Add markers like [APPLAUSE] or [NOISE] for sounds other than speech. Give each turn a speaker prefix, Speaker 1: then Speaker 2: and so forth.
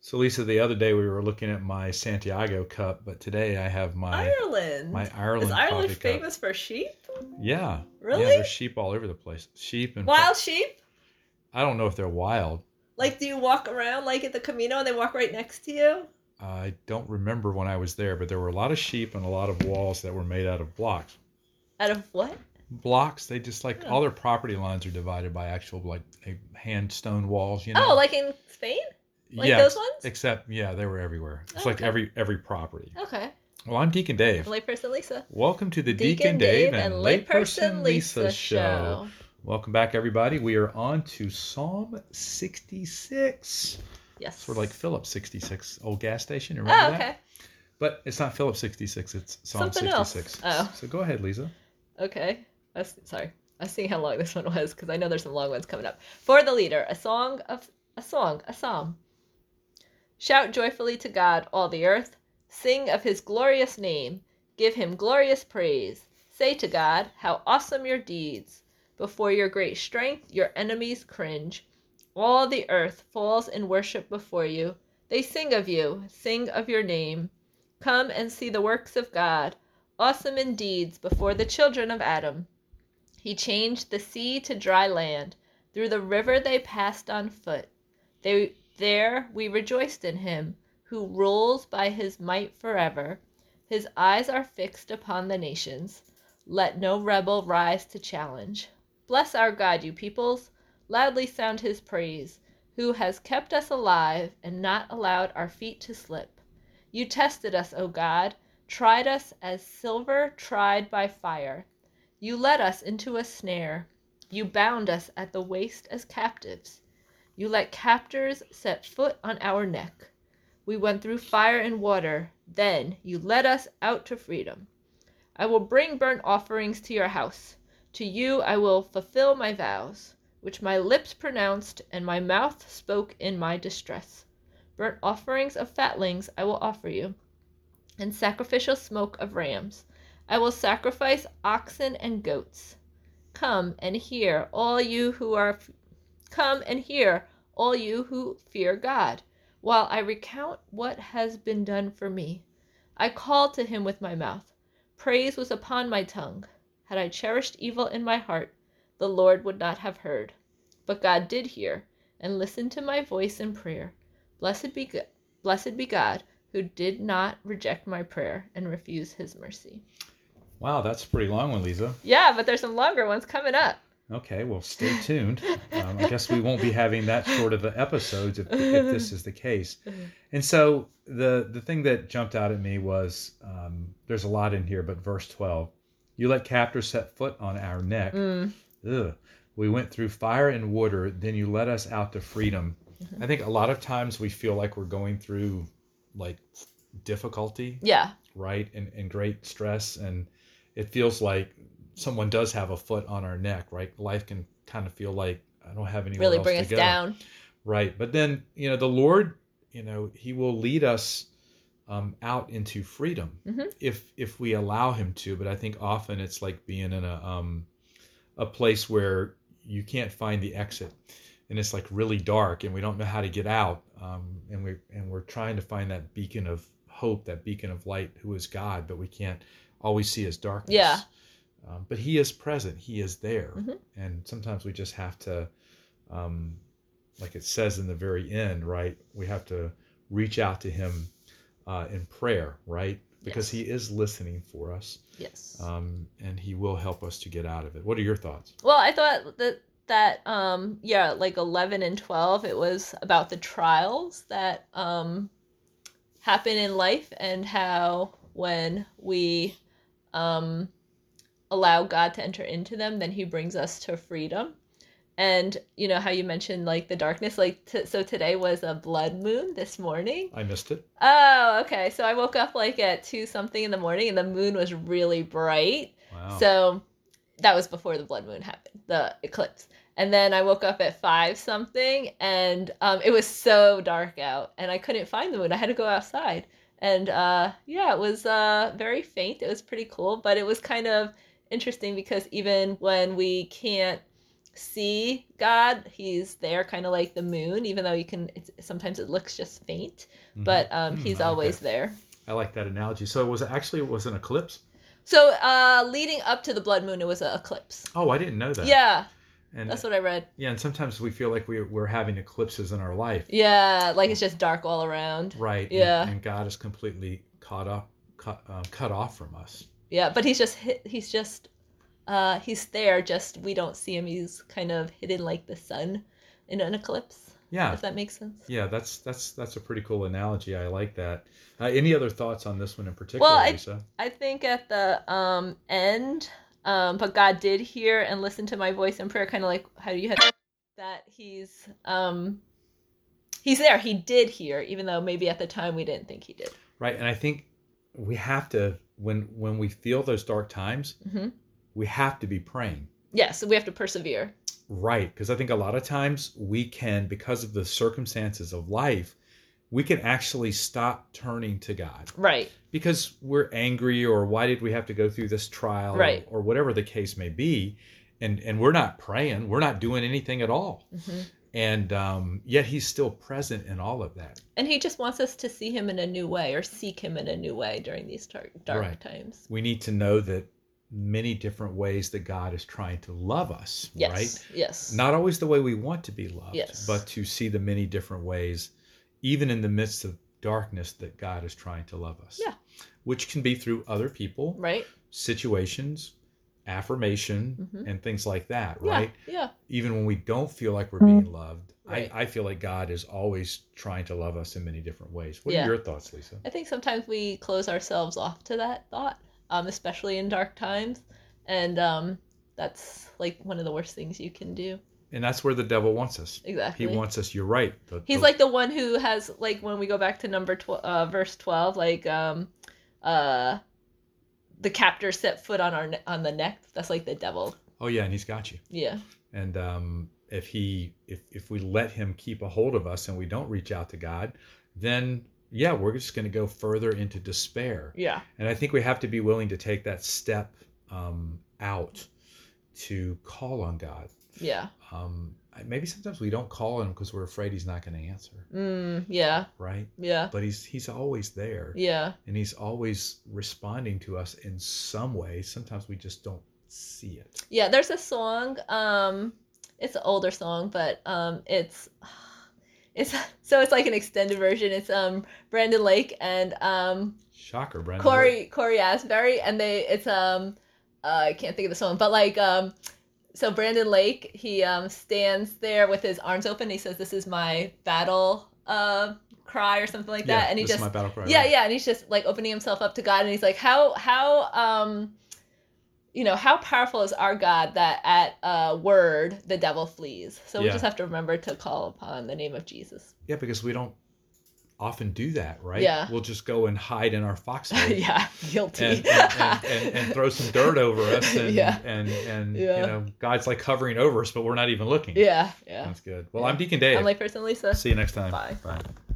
Speaker 1: So Lisa, the other day we were looking at my Santiago cup, but today I have my
Speaker 2: Ireland.
Speaker 1: my Ireland
Speaker 2: Oh, Is
Speaker 1: coffee
Speaker 2: Ireland
Speaker 1: cup.
Speaker 2: famous for sheep?
Speaker 1: Yeah,
Speaker 2: Really?
Speaker 1: yeah. There's sheep all over the place. Sheep and
Speaker 2: Wild sheep?
Speaker 1: I don't know if they're wild.
Speaker 2: Like, do you walk around like at the Camino and they walk right next to you?
Speaker 1: I don't remember when I was there, but there were a lot of sheep and a lot of walls that were made out of blocks.
Speaker 2: Out of what?
Speaker 1: Blocks. They just like
Speaker 2: Yeah.
Speaker 1: all their property lines are divided by actual like they hand stone walls. You know.
Speaker 2: Oh, like in Spain? Like
Speaker 1: yeah.
Speaker 2: those ones?
Speaker 1: Except yeah, they were everywhere. It's
Speaker 2: Oh,
Speaker 1: like
Speaker 2: okay.
Speaker 1: every every property.
Speaker 2: Okay.
Speaker 1: Well, I'm Deacon Dave.
Speaker 2: Layperson Lisa.
Speaker 1: Welcome to the Deacon, Dave, and Layperson Lisa show. Welcome back, everybody. We are on to Psalm 66.
Speaker 2: Yes.
Speaker 1: Sort of like Philip 66, old gas station. Remember
Speaker 2: Oh,
Speaker 1: that?
Speaker 2: okay.
Speaker 1: But it's not Philip 66, it's Psalm
Speaker 2: Something else.
Speaker 1: 66.
Speaker 2: Oh.
Speaker 1: So go ahead, Lisa.
Speaker 2: Okay. I was, sorry. I was seeing how long this one was because I know there's some long ones coming up. For the leader, a song of a song, a psalm. Shout joyfully to God, all the earth. Sing of his glorious name. Give him glorious praise. Say to God, how awesome your deeds. Before your great strength, your enemies cringe. All the earth falls in worship before you. They sing of you, sing of your name. Come and see the works of God awesome in deeds before the children of Adam. He changed the sea to dry land. Through the river they passed on foot. They, there we rejoiced in him, who rules by his might forever. His eyes are fixed upon the nations. Let no rebel rise to challenge. Bless our God, you peoples. Loudly sound his praise, who has kept us alive and not allowed our feet to slip. You tested us, O God tried us as silver tried by fire. You led us into a snare. You bound us at the waist as captives. You let captors set foot on our neck. We went through fire and water. Then you led us out to freedom. I will bring burnt offerings to your house. To you I will fulfill my vows, which my lips pronounced and my mouth spoke in my distress. Burnt offerings of fatlings I will offer you and sacrificial smoke of rams. I will sacrifice oxen and goats. Come and hear, all you who are come and hear, all you who fear God, while I recount what has been done for me. I called to him with my mouth. Praise was upon my tongue. Had I cherished evil in my heart, the Lord would not have heard. But God did hear and listened to my voice in prayer. Blessed be God, blessed be God who did not reject my prayer and refuse his mercy.
Speaker 1: Wow, that's a pretty long one, Lisa.
Speaker 2: Yeah, but there's some longer ones coming up.
Speaker 1: Okay, well, stay tuned. Um, I guess we won't be having that sort of episodes if, if this is the case. And so the the thing that jumped out at me was um, there's a lot in here, but verse 12, you let captors set foot on our neck.
Speaker 2: [LAUGHS] Mm.
Speaker 1: Ugh. We went through fire and water, then you led us out to freedom.
Speaker 2: Mm-hmm.
Speaker 1: I think a lot of times we feel like we're going through like difficulty,
Speaker 2: Yeah.
Speaker 1: right? And, and great stress. And it feels like someone does have a foot on our neck, right? Life can kind of feel like I don't have anywhere
Speaker 2: Really
Speaker 1: else
Speaker 2: bring
Speaker 1: to
Speaker 2: us
Speaker 1: go.
Speaker 2: down.
Speaker 1: Right. But then, you know, the Lord, you know, he will lead us um, out into freedom
Speaker 2: Mhm.
Speaker 1: if if we allow him to. But I think often it's like being in a um, a place where you can't find the exit and it's like really dark and we don't know how to get out. Um, and we and we're trying to find that beacon of hope, that beacon of light who is God, but we can't always see his darkness.
Speaker 2: Yeah.
Speaker 1: Um, but he is present. He is there.
Speaker 2: Mhm.
Speaker 1: And sometimes we just have to um, like it says in the very end, right? We have to reach out to Him uh, in prayer, right? Because
Speaker 2: Yes.
Speaker 1: He is listening for us,
Speaker 2: Yes.
Speaker 1: um, and He will help us to get out of it. What are your thoughts?
Speaker 2: Well, I thought that that um yeah, like 11 and 12 it was about the trials that um happen in life and how when we um allow God to enter into them, then he brings us to freedom. And you know how you mentioned like the darkness like t- so today was a blood moon this morning.
Speaker 1: I missed it.
Speaker 2: Oh, okay. So I woke up like at 2 something in the morning and the moon was really bright
Speaker 1: Wow.
Speaker 2: so that was before the blood moon happened, the eclipse. And then I woke up at five something, and um, it was so dark out, and I couldn't find the moon. I had to go outside, and uh, yeah, it was uh, very faint. It was pretty cool, but it was kind of interesting because even when we can't see God. He's there, kind of like the moon, even though you can. It's, sometimes it looks just faint,
Speaker 1: Mhm.
Speaker 2: but um,
Speaker 1: Hmm,
Speaker 2: he's
Speaker 1: I like
Speaker 2: always
Speaker 1: that.
Speaker 2: there.
Speaker 1: I like that analogy. So it was actually it was an eclipse.
Speaker 2: So uh, leading up to the blood moon, it was an eclipse.
Speaker 1: Oh, I didn't know that.
Speaker 2: Yeah,
Speaker 1: and
Speaker 2: that's what I read.
Speaker 1: yeah, and sometimes we feel like we're we're having eclipses in our life,
Speaker 2: Yeah, like it's just dark all around.
Speaker 1: right? And-
Speaker 2: Yeah.
Speaker 1: and, God is completely caught up, cut, um, cut off from us.
Speaker 2: Yeah, but he's just hi- he's just uh, he's there. Just we don't see him. He's kind of hidden like the sun in an eclipse.
Speaker 1: Yeah,
Speaker 2: If that makes sense.
Speaker 1: yeah, that's that's that's a pretty cool analogy. I like that. Uh, any other thoughts on this one in particular,
Speaker 2: Well, I-
Speaker 1: Lisa?
Speaker 2: I think at the um end, um, but God did hear and listen to my voice in prayer, kind of like how you had that he's um he's there. He did hear, even though maybe at the time we didn't think he did.
Speaker 1: Right, and I think we have to when when we feel those dark times,
Speaker 2: hmm
Speaker 1: we have to be praying.
Speaker 2: Yeah, so we have to persevere.
Speaker 1: Right, because I think a lot of times we can, because of the circumstances of life, we can actually stop turning to God
Speaker 2: Right.
Speaker 1: because we're angry or why did we have to go through this trial or-
Speaker 2: Right.
Speaker 1: or, whatever the case may be, and and we're not praying, we're not doing anything at all,
Speaker 2: hmm
Speaker 1: and um, yet He's still present in all of that.
Speaker 2: And he just wants us to see him in a new way or seek him in a new way during these dark, dark
Speaker 1: Right.
Speaker 2: times.
Speaker 1: We need to know that many different ways that God is trying to love us,
Speaker 2: Yes.
Speaker 1: right?
Speaker 2: Yes.
Speaker 1: not always the way we want to be loved,
Speaker 2: Yes.
Speaker 1: but to see the many different ways, even in the midst of darkness, that God is trying to love us.
Speaker 2: Yeah.
Speaker 1: Which can be through other people,
Speaker 2: right.
Speaker 1: situations, affirmation,
Speaker 2: Mhm.
Speaker 1: and things like that, right?
Speaker 2: Yeah. Yeah.
Speaker 1: Even when we don't feel like we're being loved,
Speaker 2: Right.
Speaker 1: I, I feel like God is always trying to love us in many different ways. What
Speaker 2: Yeah.
Speaker 1: are your thoughts, Lisa?
Speaker 2: I think sometimes we close ourselves off to that thought, um, especially in dark times, and um, that's like one of the worst things you can do.
Speaker 1: And that's where the devil wants us.
Speaker 2: Exactly.
Speaker 1: He wants us, you're right. The-
Speaker 2: He's
Speaker 1: the-
Speaker 2: like the one who has like when we go back to number tw- uh, verse twelve, like um, uh, the captor set foot on our ne- on the neck. That's like the devil.
Speaker 1: oh, yeah, and he's got you.
Speaker 2: Yeah.
Speaker 1: and um, if he if if we let him keep a hold of us and we don't reach out to god then yeah we're just going to go further into despair
Speaker 2: Yeah.
Speaker 1: and i think we have to be willing to take that step um, out to call on god
Speaker 2: Yeah.
Speaker 1: um, I- maybe sometimes we don't call him because we're afraid he's not going to answer
Speaker 2: Mm, yeah.
Speaker 1: right
Speaker 2: Yeah.
Speaker 1: but he's he's always there
Speaker 2: Yeah.
Speaker 1: and he's always responding to us in some way sometimes we just don't see it
Speaker 2: Yeah, there's a song. Um, it's an older song, but um, it's [SIGHS] it's [LAUGHS] so it's like an extended version. It's um Brandon Lake and um
Speaker 1: shocker brendan
Speaker 2: Corey Corey Asbury, and they it's um uh, I can't think of the song, but like um so Brandon Lake he um stands there with his arms open. He says, "This is my battle uh cry" or something like that,
Speaker 1: yeah,
Speaker 2: and he
Speaker 1: this is
Speaker 2: just
Speaker 1: my battle cry
Speaker 2: yeah
Speaker 1: right?
Speaker 2: yeah and he's just like opening himself up to god and he's like how how um you know how powerful is our god that at a word the devil flees so we
Speaker 1: Yeah.
Speaker 2: just have to remember to call upon the name of jesus [LAUGHS]
Speaker 1: Yeah, because we don't often do that, right?
Speaker 2: Yeah.
Speaker 1: We'll just go and hide in our
Speaker 2: [LAUGHS]
Speaker 1: foxhole
Speaker 2: yeah guilty
Speaker 1: and, and, and, and,
Speaker 2: [LAUGHS]
Speaker 1: and throw some dirt over us, and
Speaker 2: Yeah.
Speaker 1: and and
Speaker 2: Yeah.
Speaker 1: you know, God's like covering over us, but we're not even looking.
Speaker 2: yeah yeah
Speaker 1: that's good. Well, I'm Deacon Dave.
Speaker 2: i'm like person lisa
Speaker 1: See you next time.
Speaker 2: Bye.
Speaker 1: Bye.